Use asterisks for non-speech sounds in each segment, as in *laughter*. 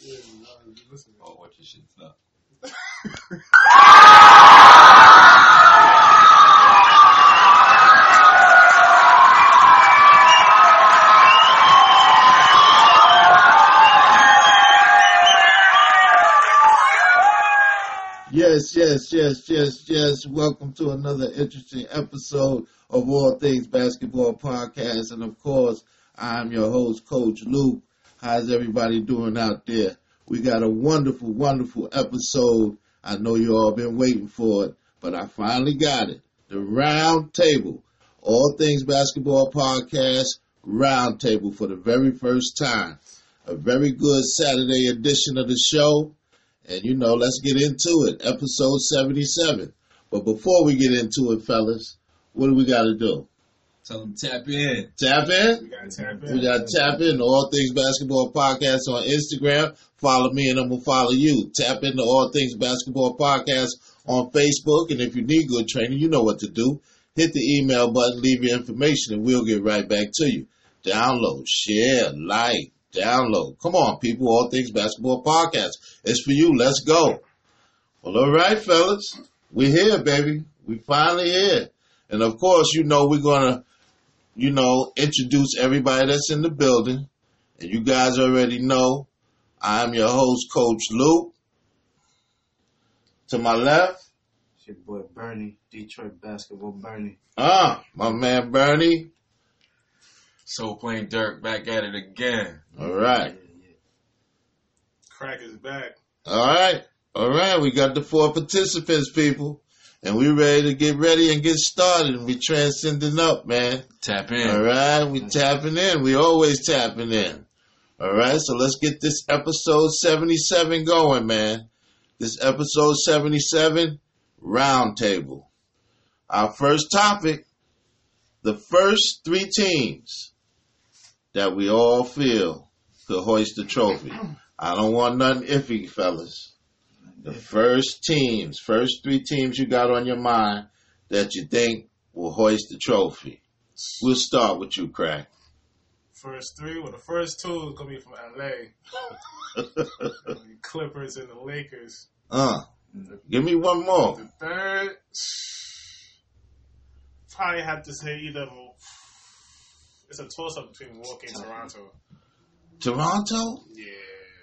Yeah, no, I've been listening. Oh, what you should know. Yes, yes, yes, yes, yes. Welcome to another interesting episode of All Things Basketball Podcast. And of course, I'm your host, Coach Luke. How's everybody doing out there? We got a wonderful, wonderful episode. I know you all been waiting for it, but I finally got it. The round table. All Things Basketball Podcast round table for the very first time. A very good Saturday edition of the show. And you know, let's get into it. Episode 77. But before we get into it, fellas, what do we got to do? Tell them tap in. Tap in? We gotta tap in. We got to tap in to All Things Basketball Podcast on Instagram. Follow me and I'm going to follow you. Tap into All Things Basketball Podcast on Facebook. And if you need good training, you know what to do. Hit the email button, leave your information, and we'll get right back to you. Download, share, like, download. Come on, people. All Things Basketball Podcast. It's for you. Let's go. Well, all right, fellas. We're here, baby. We finally here. And of course, you know, we're going to, you know, introduce everybody that's in the building. And you guys already know I'm your host, Coach Luke. To my left, It's your boy Bernie, Detroit basketball Bernie. ah, my man Bernie. So playing Dirk back at it again. All right. Yeah, yeah. Crack is back. All right. All right. We got the four participants, people. And we ready to get ready and get started. And we transcending up, man. Tap in. All right, we tapping in. We always tapping in. All right, so let's get this episode 77 going, man. This episode 77 roundtable. Our first topic, the first three teams that we all feel could hoist the trophy. I don't want nothing iffy, fellas. The first teams, first three teams you got on your mind that you think will hoist the trophy. We'll start with you, Crack. First three, well, the first two is gonna be from LA. The Clippers and the Lakers. *laughs* uh, give me one more. The third, *sighs* probably have to say either. It's a toss up between Milwaukee and Toronto. Toronto? Yeah.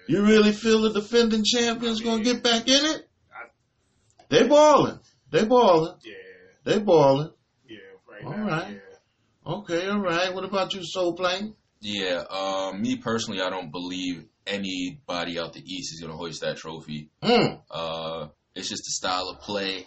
You really feel the defending champions gonna get back in it? They balling. They balling. Yeah. They balling. Yeah. Right All now. right. Yeah. Okay, all right. What about you, Soul Plane? Yeah, um, me personally, I don't believe anybody out the East is going to hoist that trophy. Mm, Uh, it's just the style of play, uh,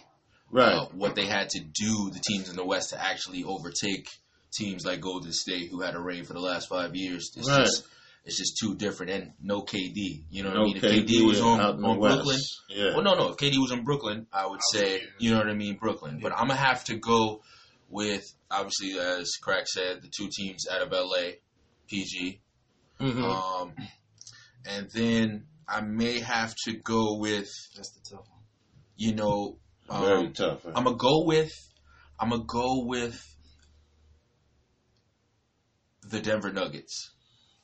right. what they had to do, the teams in the West, to actually overtake teams like Golden State, who had a reign for the last five years. It's Right. just it's just too different. And no KD. You know what I No mean? If KD was on, out in the on West. Brooklyn, Oh, Yeah. Well, no, no. If KD was in Brooklyn, I would say, yeah. you know what I mean, Brooklyn. But I'm gonna have to go with obviously, as Crack said, the two teams out of LA, PG. hmm Um, and then I may have to go with, That's the tough one. you know, Very um, tough. I'm gonna go with, I'm gonna go with the Denver Nuggets.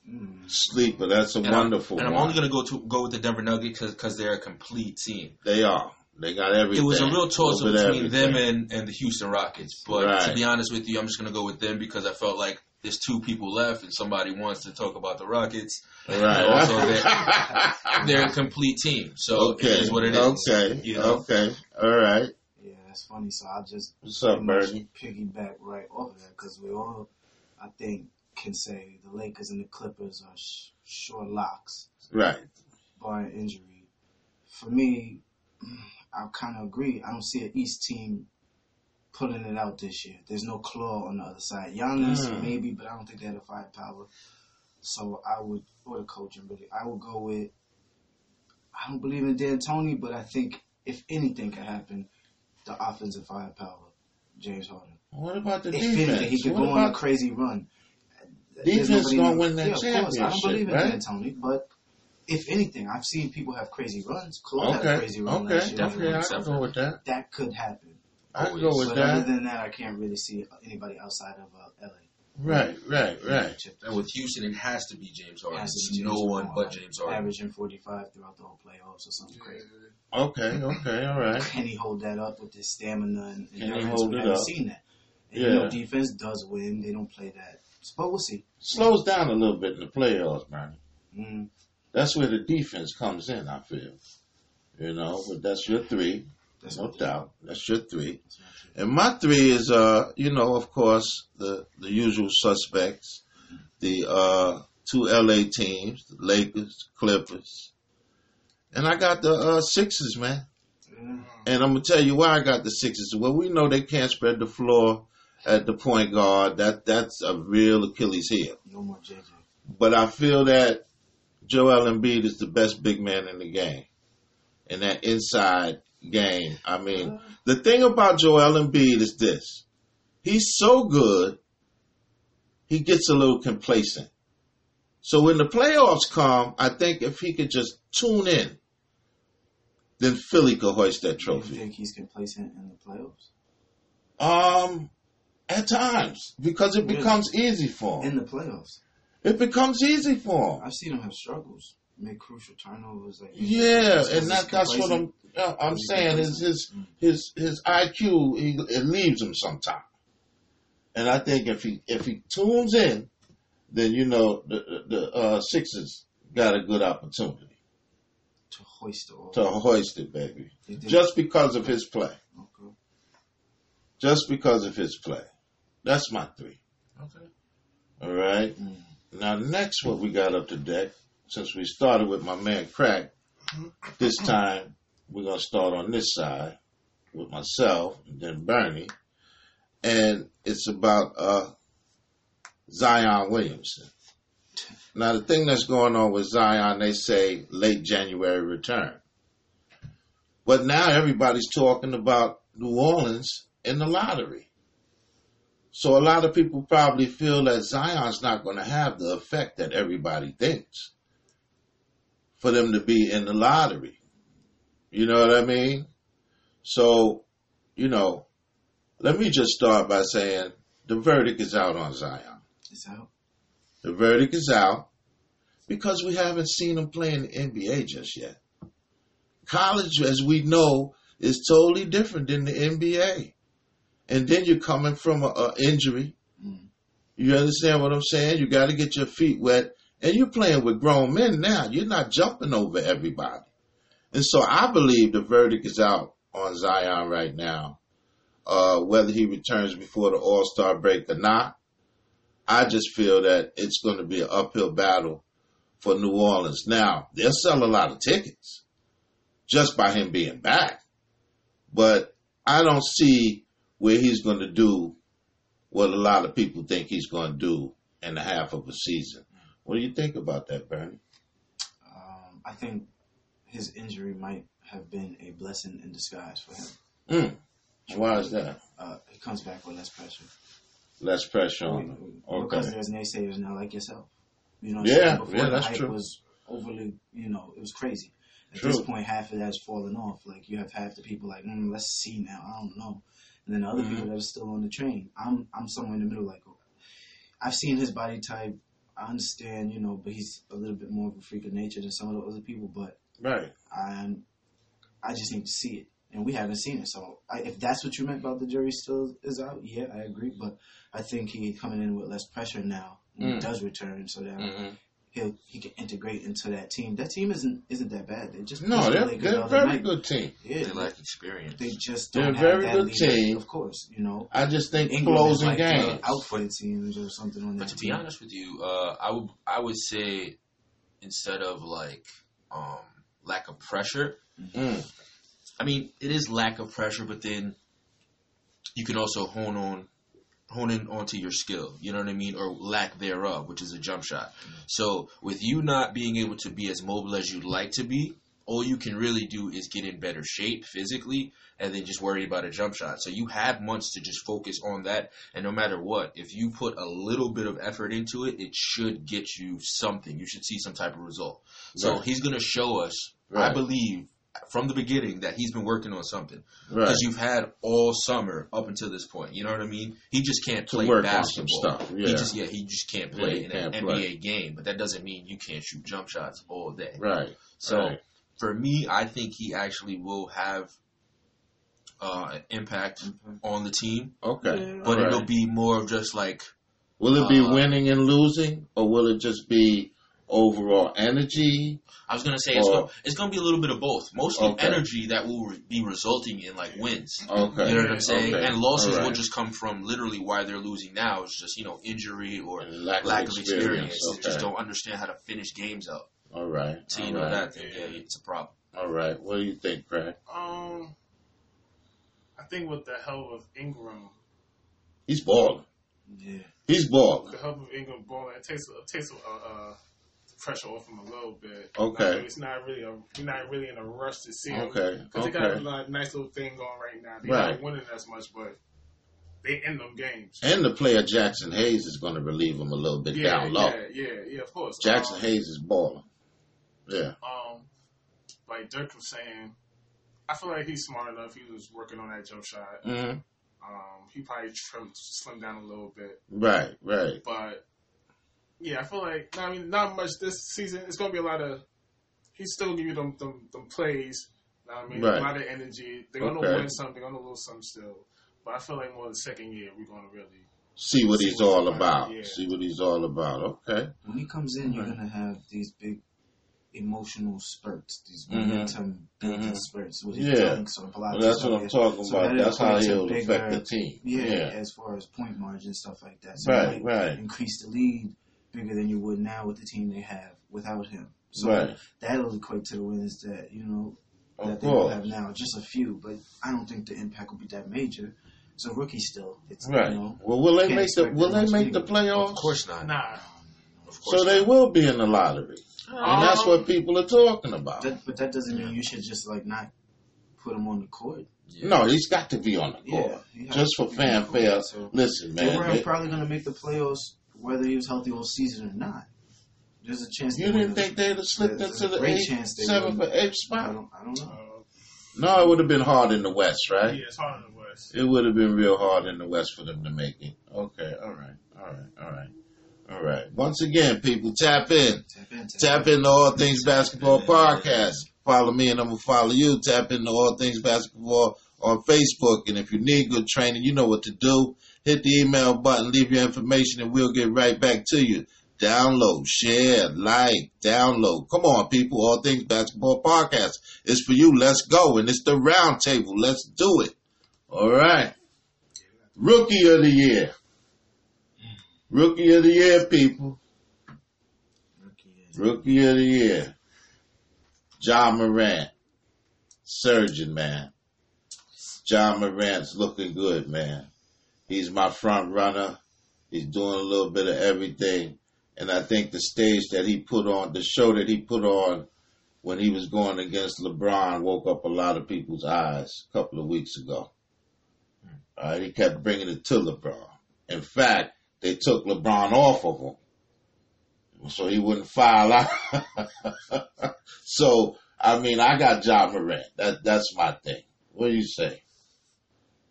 Mm-hmm. Mm. Sleeper. That's a And I'm- wonderful and I'm one. only gonna go to go with the Denver Nuggets because they're a complete team. they are. They got everything. It was a real toss up Little bit between everything. them and, and the Houston Rockets. But to Right. be honest with you, I'm just going to go with them because I felt like there's two people left and somebody wants to talk about the Rockets. Right. and *laughs* also They're a complete team. So okay. it is what it is. Okay. you know? Okay. All right. Yeah, that's funny. So I just What's up, pretty much Bernie? piggyback right off of that because we all, I think, can say the Lakers and the Clippers are sh- sure locks, Right. barring injury. For me, *clears throat* I kind of agree. I don't see an East team pulling it out this year. There's no claw on the other side. Giannis, Mm. maybe, but I don't think they had a firepower. So I would, or the coaching, really, I would go with. I don't believe in D'Antoni, but I think if anything could happen, the offensive firepower, James Harden. What about the If defense? anything, he could what go on a about crazy run. Defense There's nobody- gonna win that yeah, of course. I don't championship, believe in right? D'Antoni, but if anything, I've seen people have crazy runs. Claude had a okay, crazy run last okay, year. okay? I can Separate. go with that. That could happen. I can go with but other that. than that, I can't really see anybody outside of uh, LA. Right, right, right. And with Houston, it has to be James Harden. Has to There's be James no one Harden. but James Harden. uh, averaging 45 throughout the whole playoffs or something crazy. Okay, okay, all right. Can he hold that up with his stamina and Can he endurance? hold we it haven't up? seen that. And, You know, Yeah. defense does win. They don't play that. But we'll see. Slows down a little bit in the playoffs, man. Mm. That's where the defense comes in, I feel. You know, but that's your three. That's no what- doubt. That's your three. that's what- And my three is, uh, you know, of course, the, the usual suspects, the uh, two LA teams, the Lakers, Clippers. And I got the uh, Sixers, man. Yeah. And I'm gonna tell you why I got the Sixers. Well, we know they can't spread the floor at the point guard. That that's a real Achilles heel. No more JJ. But I feel that Joel Embiid is the best big man in the game. In that inside game. I mean, the thing about Joel Embiid is this. He's so good, he gets a little complacent. So when the playoffs come, I think if he could just tune in, then Philly could hoist that You trophy. think he's complacent in the playoffs? Um, at times, because it Really? becomes easy for In him. the playoffs, It becomes easy for him. I've seen him have struggles, make crucial turnovers. Like Yeah, It's 'cause and he's that, that's what I'm. complacent. yeah, I'm He's saying is complacent. his his his IQ he, it leaves him sometime, and I think if he if he tunes in, then you know the the the, uh, Sixers got a good opportunity to hoist the all. to hoist it, baby, He did. just because of his play, Okay. just because of his play. That's my three. Okay. All right. Mm. Now, next, what we got up to deck, since we started with my man Crack, this time we're going to start on this side with myself and then Bernie. And it's about uh, Zion Williamson. Now, the thing that's going on with Zion, they say late January return. But now everybody's talking about New Orleans in the lottery. So a lot of people probably feel that Zion's not going to have the effect that everybody thinks for them to be in the lottery. You know what I mean? So, you know, let me just start by saying the verdict is out on Zion. It's out. The verdict is out because we haven't seen him play in the NBA just yet. College, as we know, is totally different than the NBA. And then you're coming from an injury. Mm. You understand what I'm saying? You got to get your feet wet. And you're playing with grown men now. You're not jumping over everybody. And so I believe the verdict is out on Zion right now, uh, whether he returns before the All Star break or not. I just feel that it's going to be an uphill battle for New Orleans. Now, they'll sell a lot of tickets just by him being back. But I don't see where he's going to do what a lot of people think he's going to do in the half of a season. What do you think about that, Bernie? Um, I think his injury might have been a blessing in disguise for him. Mm. Why is that? Uh, he comes back with less pressure. Less pressure on him. Because there's naysayers now, like yourself. You know, what I'm Yeah, saying? before yeah, the that's hype true. was overly, you know, it was crazy. At True. this point, half of that's fallen off. Like you have half the people like, mm, let's see now. I don't know, and then the Mm-hmm. other people that are still on the train. I'm I'm somewhere in the middle. Like I've seen his body type. I understand, you know, but he's a little bit more of a freak of nature than some of the other people. But Right. I'm, I just need to see it, and we haven't seen it. So I, if that's what you meant about the jury still is out, yeah, I agree. But I think he coming in with less pressure now when Mm. Mm-hmm. he does return, so that Mhm. he'll he can integrate into that team. That team isn't isn't that bad. They just No, played the they're, Lakers the they're a other very night. good team. Yeah, They lack experience. they just They're don't a have very that good leader, team. Of course, you know. I just think England is closing like uh, the games. outfit teams or something on that But to be team. honest with you, uh, I would I would say instead of like um, lack of pressure, Mm. I mean it is lack of pressure, but then you can also hone on hone in onto your skill. You know what I mean, or lack thereof, which is a jump shot. So with you not being able to be as mobile as you'd like to be. All you can really do is get in better shape physically and then just worry about a jump shot. So you have months to just focus on that and no matter what, if you put a little bit of effort into it, it should get you something. You should see some type of result. So Right. he's going to show us, I Right. believe, from the beginning that he's been working on something Right. because you've had all summer up until this point. You know what I mean? He just can't To play work on some basketball. stuff. Yeah. He just yeah, he just can't Yeah, play he in can't an play. NBA game, but that doesn't mean you can't shoot jump shots all day. Right. So right. for me, I think he actually will have uh, an impact on the team, Okay. but Right. it'll be more of just like Will it be Uh, winning and losing, or will it just be overall energy? I was gonna say it's, Or- gonna, it's gonna be a little bit of both. Mostly Okay. energy that will re- be resulting in like wins. Okay. You know what I'm saying? Okay. And losses All right. will just come from literally why they're losing now. It's just you know injury or And lack, lack of experience. They Okay. just don't understand how to finish games out. All right. So you All know right. that thing, yeah, it's a problem. All right. What do you think, Craig? Um, I think with the help of Ingram, He's balling. Yeah. He's balling. with the help of Ingram balling, it takes it takes uh, uh, the pressure off him a little bit. Okay. Not- it's not really a, you're not really in a rush to see him Okay. because they got Okay. a li- nice little thing going right now. They're Right. not winning as much, but they end them games. And the player Jackson Hayes is going to relieve him a little bit yeah, down low. yeah, yeah, yeah, of course. Jackson Um, Hayes is balling. Yeah. um, like Dirk was saying, I feel like he's smart enough. He was working on that jump shot. hmm Um, he probably trimmed, slimmed down a little bit, Right. Right. but yeah, I feel like I mean, not much this season. It's gonna be a lot of. He's still gonna give you them them, them plays. know what I mean, Right. a lot of energy. They're gonna Okay. win some. They're gonna lose some still. But I feel like more the second year we're gonna really. See what See he's what he's all about, about. yeah. See what he's all about. Okay. When he comes in, you're Right. gonna have these big emotional spurts, these Mhm. momentum building Mhm. spurts with Yeah. his dunks or blocks. Well, or that's what I'm something. talking So about. that That's how equates to he'll affect bigger- the team. Yeah, Yeah. as far as point margin stuff like that. So Right. you might Right. increase the lead bigger than you would now with the team they have without him. So Right. that'll equate to the wins that you know that Of they will have course. now. Just a few, but I don't think the impact will be that major. It's a rookie still. It's Right. you know Well, will they can't make the expect Will that they much make the people. playoffs? Of course not. Nah, Of course So they not. will be in the lottery, and Um, that's what people are talking about. that, but that doesn't mean you should just like not put him on the court. Yeah. No, he's got to be on the court. Yeah, he has Just to for be on the court, fanfare. So Listen, they man, were they- probably going to make the playoffs whether he was healthy all season or not. There's a chance. you they didn't would've- think they'd have slipped There's into a the great eighth, chance they seventh, or wouldn't. eighth I spot? don't. I don't uh, know. No, it would have been hard in the West, yeah, right? it's hard in the West. It would have been real hard in the West for them to make it. Okay, all right, all right, all right, all right. Once again, people, tap in. Tap in. Tap into All Things Basketball Podcast. Follow me and I'm going to follow you. Tap into All Things Basketball on Facebook. And if you need good training, you know what to do. Hit the email button, leave your information, and we'll get right back to you. Download, share, like, download. Come on, people. All Things Basketball Podcast. It's for you. Let's go. And it's the round table. Let's do it. All right. Rookie of the year. Rookie of the year, people. Rookie of the Year, John Morant, surgeon man. John Morant's looking good, man. He's my front runner. He's doing a little bit of everything, and I think the stage that he put on, the show that he put on when he was going against LeBron, woke up a lot of people's eyes a couple of weeks ago. All right, he kept bringing it to LeBron. In fact, they took LeBron off of him so he wouldn't file out. *laughs* so I mean, I got John Morant. That that's my thing. What do you say?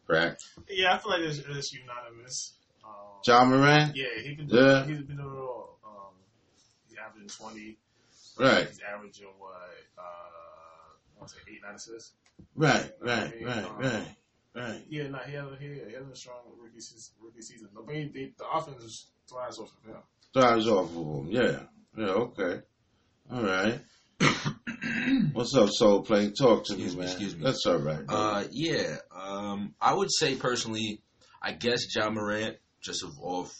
Correct. Yeah, I feel like it's, it's unanimous. Um, John Morant. Yeah, he can do Yeah. he's been doing it all. Um, he's averaging twenty. Right. He's averaging what? Uh, I want to say eight nine assists. Right. Right. Right. Right. Right. Yeah, no, he hasn't. He, he hasn't strong rookie season. Rookie season. No, but he, they, the offense thrives off of him. Drives off of him. Yeah. Yeah. Okay. All right. *coughs* What's up, Soul Plane? Talk to Excuse me, me, man. excuse me. That's all right. Uh, yeah. Um, I would say personally, I guess John Morant just of off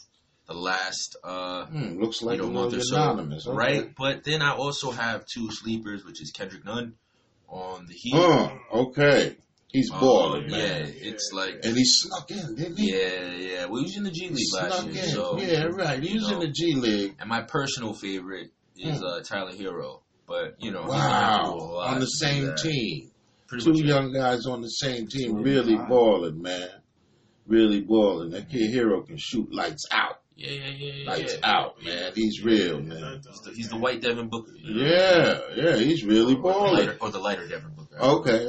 the last uh Hmm, looks like you you know, month or so, anonymous, okay. uh, right. But then I also have two sleepers, which is Kendrick Nunn on the Heat. Huh, okay. Oh, He's Um, balling, yeah, man. it's like And he snuck in, didn't he? yeah, yeah. Well, he was in the G League last Snuck year, in. so yeah, right. He you was in know. the G League. And my personal favorite is uh, Tyler Hero, but you know, he's gonna have to do a Hmm. Wow, lot on to the do same that. team. Pretty Two much, yeah. young guys on the same team, Really really hot. balling, man. Really balling. That kid Hero can shoot lights out. Yeah, yeah, yeah, yeah. Lights yeah. out, man. He's real, man. He's the, he's the white Devin Booker. you know? Yeah, yeah, he's really Or the balling. lighter, or the lighter Devin Booker. Okay. *laughs*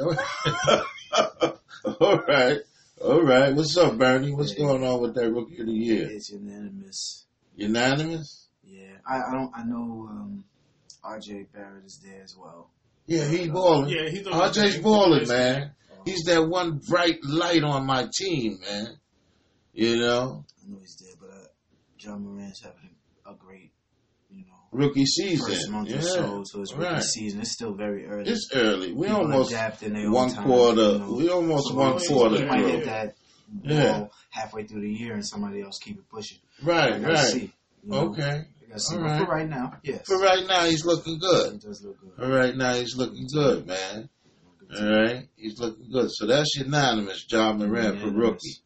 All right. All right. What's up, Bernie? What's Hey. going on with that rookie of the year? It's unanimous. Unanimous? Yeah, I, I don't. I know um, R.J. Barrett is there as well. Yeah, he balling. Yeah, he's doing RJ's his thing. balling, He's- man. Um, He's that one bright light on my team, man. You know, I know he's there, but uh, John Moran's having a great, you know, rookie first season. month Yeah, or so to his rookie right. season. It's still very early. it's early. We People almost adapt in their own one time, quarter. you know. We almost So one he's- quarter He might yeah. through. hit that ball Yeah. halfway through the year, and somebody else keep it pushing. I Right, gotta right. see. you know. Okay. I gotta see. All But right. for right now, yes. For right now, he's looking good. It does look good. All right, now he's looking good, man. All right, he's looking good. So that's unanimous, John Moran for rookie,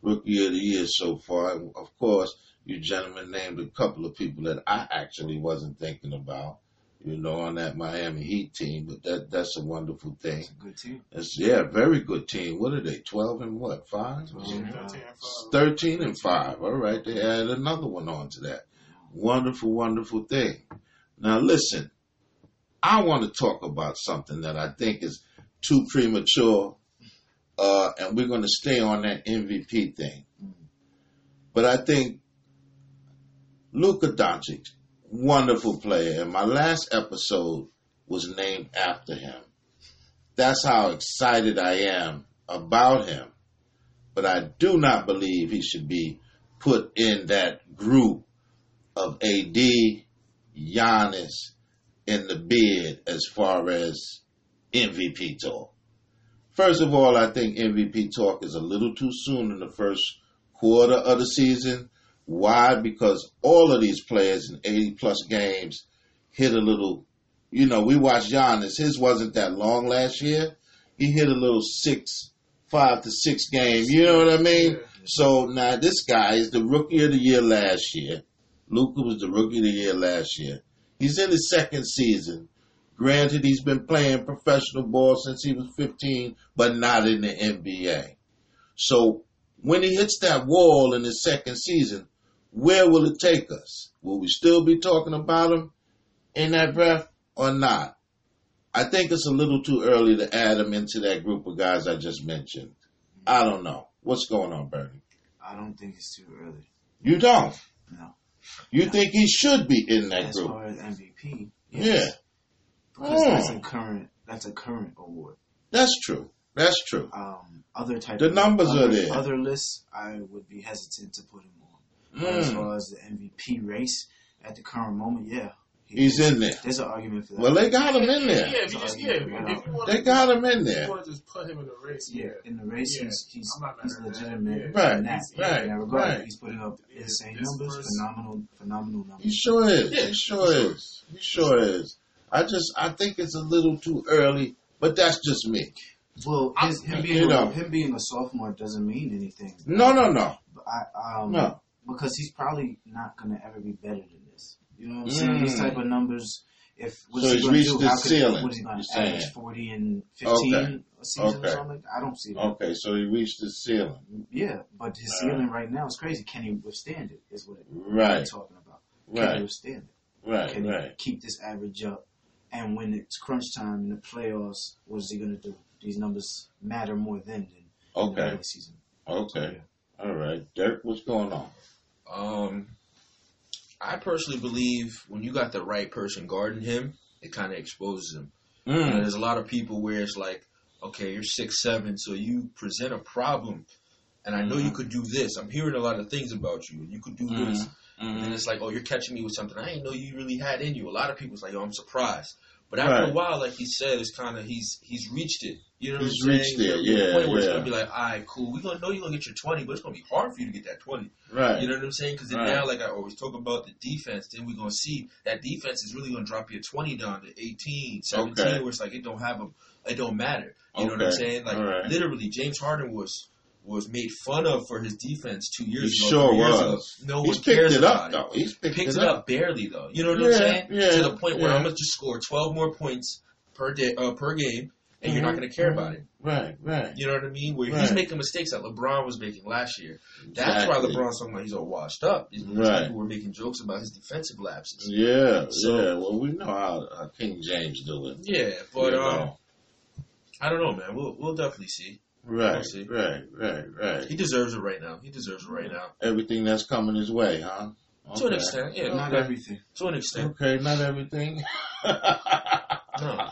rookie of the year so far. And of course, you gentlemen named a couple of people that I actually wasn't thinking about, you know, on that Miami Heat team. But that that's a wonderful thing. It's a good team. It's yeah, very good team. What are they? Twelve and what? Five? Yeah, Wow. 13 and five. 13 and 5. All right. They added another one on to that. Wonderful, wonderful thing. Now, listen, I want to talk about something that I think is too premature, uh, and we're going to stay on that MVP thing. But I think Luka Doncic, wonderful player, and my last episode was named after him. That's how excited I am about him. But I do not believe he should be put in that group of AD, Giannis, and the bid as far as MVP talk. First of all, I think MVP talk is a little too soon in the first quarter of the season. Why? Because all of these players in 80 plus games hit a little, you know, we watched Giannis. His wasn't that long last year. He hit a little six, five to six game. You know what I mean? Yeah. So now this guy is the rookie of the year last year. Luca was the rookie of the year last year. He's in his second season. Granted, he's been playing professional ball since he was 15, but not in the NBA. So when he hits that wall in his second season, where will it take us? Will we still be talking about him in that breath or not? I think it's a little too early to add him into that group of guys I just mentioned. I don't know. What's going on, Bernie? I don't think it's too early. You don't. No. You think he should be in that As group? far as MVP, Yeah, yes, because that's Hmm. a current that's a current award. that's true. That's true. Um, other type The of numbers are other, there. Other lists, I would be hesitant to put him on. But as Mm, far as the MVP race at the current moment, yeah, he- he's in there. There's an argument for that. Well, they got him in Yeah, there. if you just yeah, if you, if you want They got him in If you there. want to just put him in the race, yeah, in the race, Yeah, he's he's, I'm not mad he's at that. legitimate. Yeah. Right, in that, right, in that regard. right. He's putting up Yeah, insane this numbers, first- phenomenal, phenomenal He numbers. sure is. Yeah, he sure is. He sure is. I just I think it's a little too early, but that's just me. Well, I- his, him you being know. a, him being a sophomore doesn't mean anything. No, no, no, But I, um, no. because he's probably not gonna ever be better than this. You know what I'm saying? These Mm. type of numbers. If what So is he he's gonna reached do? his How could, ceiling, What is he gonna you're average? saying. Forty and fifteen Okay. a season Okay. or something? I don't see that. Okay, so he reached his ceiling. Yeah, but his All right. ceiling right now is crazy. Can he withstand it? Is what we're Right, talking about. Can he right, withstand it? right, Can he right. keep this average up? And when it's crunch time in the playoffs, what is he going to do? These numbers matter more then than in the Okay, regular season. okay. All right, Dirk, what's going on? Um, I personally believe when you got the right person guarding him, it kind of exposes him. You know, Mm. there's a lot of people where it's like, okay, you're six seven, so you present a problem, and I Mm-hmm. know you could do this. I'm hearing a lot of things about you, and you could do this. And then Mm. it's like, oh, you're catching me with something I didn't know you really had in you. A lot of people's like, oh, I'm surprised. But after Right. a while, like he said, it's kind of he's he's reached it. You know what He's I'm saying? reached it, There'll be a yeah, point where it's yeah. gonna be like, all right, cool. We gonna know you're gonna get your 20, but it's gonna be hard for you to get that 20. Right. You know what I'm saying? Because then Right. now, like I always talk about the defense, then we're gonna see that defense is really gonna drop your 20 down to 18, 17, Okay. where it's like it don't have a, it don't matter. You know what I'm Okay. saying? Like All right. literally, James Harden was was made fun of for his defense two years He ago. sure three years ago. was. No He's one cares picked it about up it though. He's picked picks it it up. up barely though. You know what Yeah, I'm saying? yeah, to the point where yeah. I'm gonna just score 12 more points per day uh, per game, and you're not going to care about it. Right, right. You know what I mean? Where he's Mm-hmm. Right. making mistakes that LeBron was making last year. That's why Exactly. LeBron's talking about he's all washed up. Is because Right. People were making jokes about his defensive lapses. Yeah, So- yeah. Well, we know how uh, King James do it. Yeah, but You um, know. I don't know, man. We'll we'll definitely see. right, see. right, right, right. He deserves it right now. He deserves it right now. Everything that's coming his way, huh? To an Okay. extent, yeah. Not okay. everything. To an extent, Okay, *laughs* not everything. *laughs* no.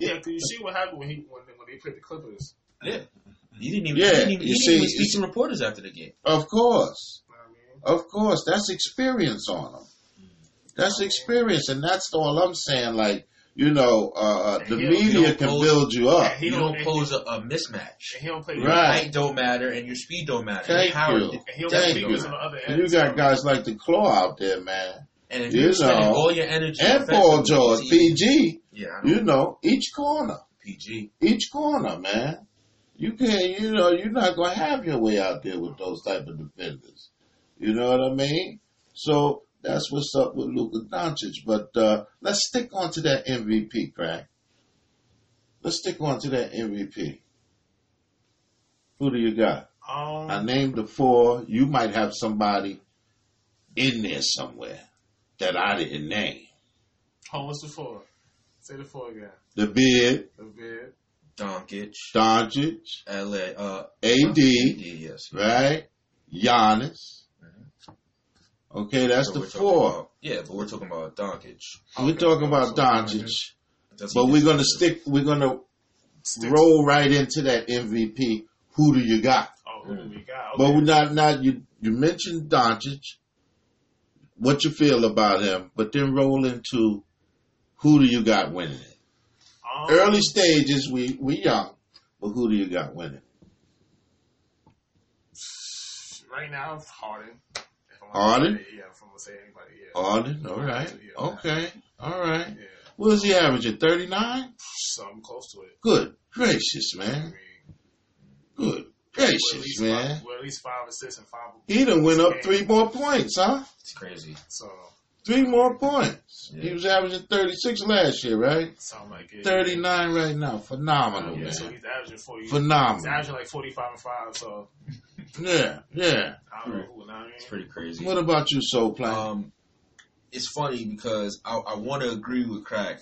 Yeah, because you see what happened when he when, they- when they played the Clippers. He didn't even. he Yeah, didn't even, he you didn't see, even speak it's- to reporters after the game. of course, You know what I mean? of course. That's experience on him. That's experience, and that's all I'm saying. Like you know, uh, the And he'll- media he'll can pull- build you up. He you don't- don't, pose a, a mismatch. And he don't play. Your Right. height don't matter, and your speed don't matter. Thank your power, you. And he don't Thank play you. defense on the other end. You got so- guys like the Claw out there, man, and if You you're spending know. all your energy and Paul offensively, George, it's easy. PG. yeah, I know. You know, each corner. PG. each corner, man. You can't, you know, you're not gonna have your way out there with those type of defenders. You know what I mean? So that's what's up with Luka Doncic. But uh, let's stick on to that MVP, Craig. Let's stick on to that MVP. Who do you got? Um, I named the four. You might have somebody in there somewhere that I didn't name. oh, what's the four? Say the four again. The bid, The bid. Doncic. Doncic, LA. Uh, AD, yes. right? Giannis. Okay, that's So the we're talking four. about- yeah, but we're talking about Doncic. we're Okay. talking about So, Doncic, That's but what we're he gonna does. stick. We're gonna Stick- roll right into that MVP. Who do you got? Oh, who do we got? But we're Okay. not. Not you. You mentioned Doncic. What you feel about him? But then roll into who do you got winning it? Um, Early stages. We we young, but who do you got winning? Right now, it's Harden. If I'm Harden? Oh. Gonna say, yeah, if I'm gonna say anybody, Arden. yeah. All right. Yeah. Okay. All right. Yeah, What is he averaging? Thirty nine. something close to it. Good gracious, man. I mean, Good we're at gracious, least man. Five, we're at least five assists and five. He done went up Yeah. three more points, huh? It's crazy. So Three more points. Yeah. He was averaging 36 last year, right? something like it. 39 right now. Phenomenal, Yeah, man. so he's averaging forty. He's Phenomenal. averaging like forty-five and five. So Yeah, yeah. I don't know who. you know what I mean, It's pretty crazy. What about you, Soul Plan? Um, it's funny because I, I want to agree with Crack,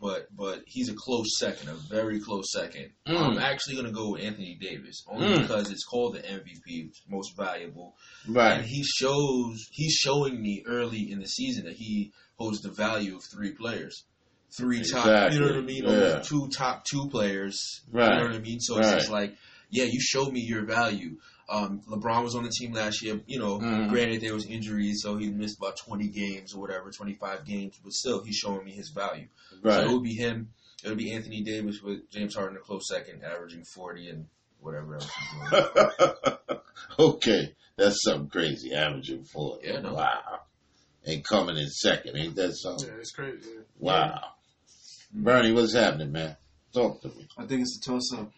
but but he's a close second, a very close second. Mm. I'm actually gonna go with Anthony Davis only Mm. because it's called the MVP, most valuable, and right. he shows he's showing me early in the season that he holds the value of three players. Three top, you know what I Exactly, mean? yeah. Almost two top two players, you know Right. what I mean? So it's Right. just like, yeah, you showed me your value. Um, LeBron was on the team last year. You know, Mhm. granted there was injuries, so he missed about twenty games or whatever, twenty five games, but still he's showing me his value. So it Right. would be him. It would be Anthony Davis with James Harden a close second, averaging forty and whatever else. He's *laughs* doing. *laughs* okay. That's something crazy. Averaging four. Yeah, no. Wow. And coming in second. Ain't that yeah, something? it's crazy. Yeah. Wow. Bernie, what's happening, man? Talk to me. I think it's a toss up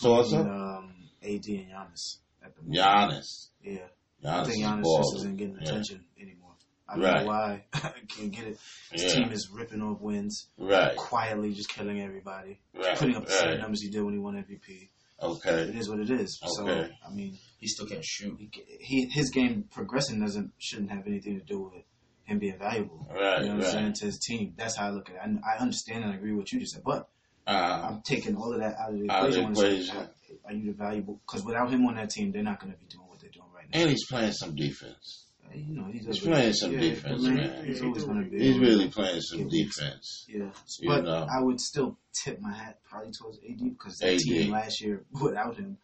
Toss-up? um, AD and Giannis at the moment. Giannis. Yeah. I Giannis think is Giannis just balling. isn't getting Yeah. attention anymore. I don't Right. know why. *laughs* I can't get it. His Yeah. team is ripping off wins, Right. quietly just killing everybody, Right. putting up the same right. numbers he did when he won MVP. It Okay. is what it is. So Okay. I mean, He still can't shoot. he, he his game progressing doesn't shouldn't have anything to do with him being valuable. Right. you know what I'm saying right. to his team. That's how I look at it. I, I understand and agree with what you just said, but Uh, I'm taking all of that out of the Out of the equation. when it's- equation. Are you the valuable? Because without him on that team, they're not going to be doing what they're doing right now. and he's playing some defense. you know, he's, He's always- playing some yeah, defense, the man. He's always going to be. He's really playing some defense. Yeah, You but know. I would still tip my hat probably towards AD because that AD. team last year *laughs* without him,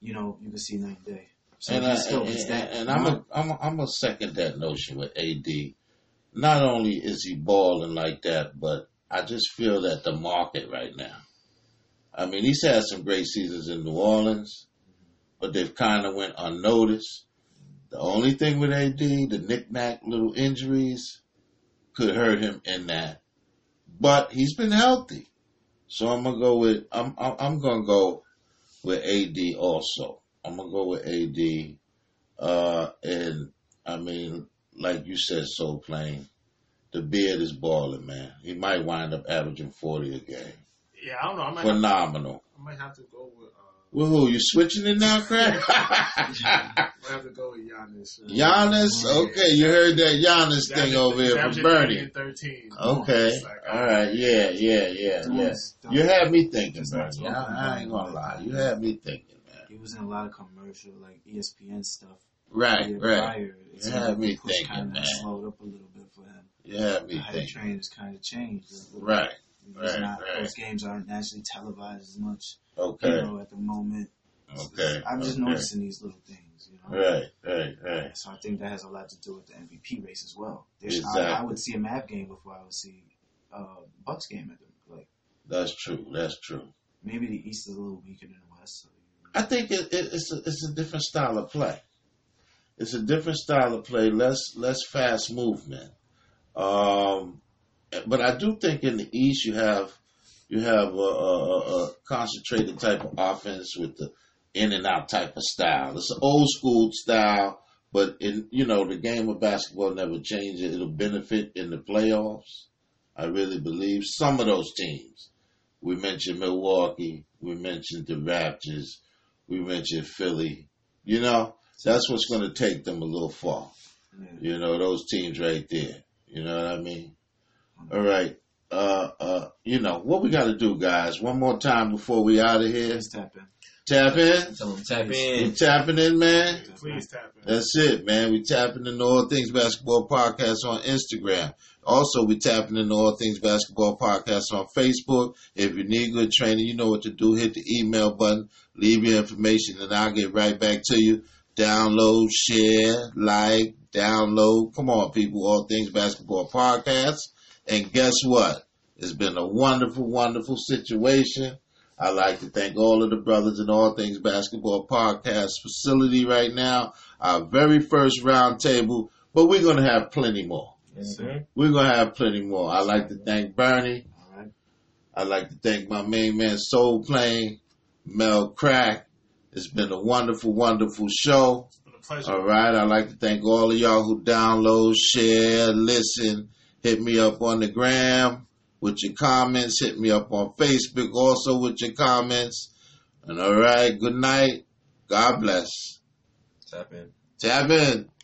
you know, you could see night and day. So And, he I, still, and, it's that. and I'm a, I'm a, I'm a second that notion with AD. Not only is he balling like that, but I just feel that the market right now. I mean, he's had some great seasons in New Orleans, but they've kind of went unnoticed. The only thing with AD, the knick-knack little injuries could hurt him in that, but he's been healthy. So I'm gonna go with I'm I'm, I'm gonna go with AD also. I'm gonna go with AD, uh, and I mean, like you said, so plain. The beard is balling, man. He might wind up averaging forty a game. Yeah, I don't know. I might, have, Phenomenal. I might have to go with. Uh, Woohoo, you switching it now, Craig? *laughs* I might have to go with Giannis. uh, Giannis? yeah. Okay, you heard that Giannis Giannis- thing over here Giannis from Bernie. and Thirteen. Okay. It's like, All right. Yeah. Yeah. Yeah. Don't- Yeah. don't- You had me thinking, Just Bernie. not talking I, I ain't about gonna it. lie. You had me thinking, man. He was in a lot of commercial, like E ESPN stuff. Right. year Right. Prior, it's Yeah, like me the push thinking, kind man. of slowed up a little bit for him. You had The me hype thinking. train has kind of changed. It's Right. Right, not, right. Those games aren't nationally televised as much, you Okay. know, at the moment. Okay. I'm just okay. noticing these little things, you know. Right. Right. Right. So I think that has a lot to do with the MVP race as well. There's, I, I Exactly. would see a Mav game before I would see a Bucks game at the like That's true. That's true. maybe the East is a little weaker than the West. So you I think it, it, it's a, it's a different style of play. It's a different style of play. Less less fast movement. Um, but I do think in the East you have you have a, a, a- a concentrated type of offense with the in and out type of style. It's an old school style, but in you know the game of basketball never changes. It'll benefit in the playoffs. I really believe some of those teams. We mentioned Milwaukee. We mentioned the Raptors. We mentioned Philly. You know that's what's going to take them a little far. know, yeah. You know, those teams right there. You know what I mean? All right. Uh, uh, you know, what we got to do, guys, one more time before we out of here. Let's tap in. Tap in. Tell them tap We in. tapping in, man. Please tap in. That's it, man. We tapping into All Things Basketball Podcast on Instagram. Also, we tapping into All Things Basketball Podcast on Facebook. If you need good training, you know what to do. Hit the email button, leave your information, and I'll get right back to you. Download, share, like, download. Come on, people. All Things Basketball Podcast. And guess what? It's been a wonderful, wonderful situation. I'd like to thank all of the brothers in All Things Basketball Podcast facility right now our very first round table, but we're going to have plenty more. Yes, sir. We're going to have plenty more. I'd like to thank Bernie. All right. I'd like to thank my main man, Soul Plane, Mel Crack. It's been a wonderful, wonderful show. It's been a pleasure. All right. I'd like to thank all of y'all who download, share, listen, hit me up on the gram with your comments, hit me up on Facebook also with your comments. And all right. Good night. God bless. Tap in. Tap in.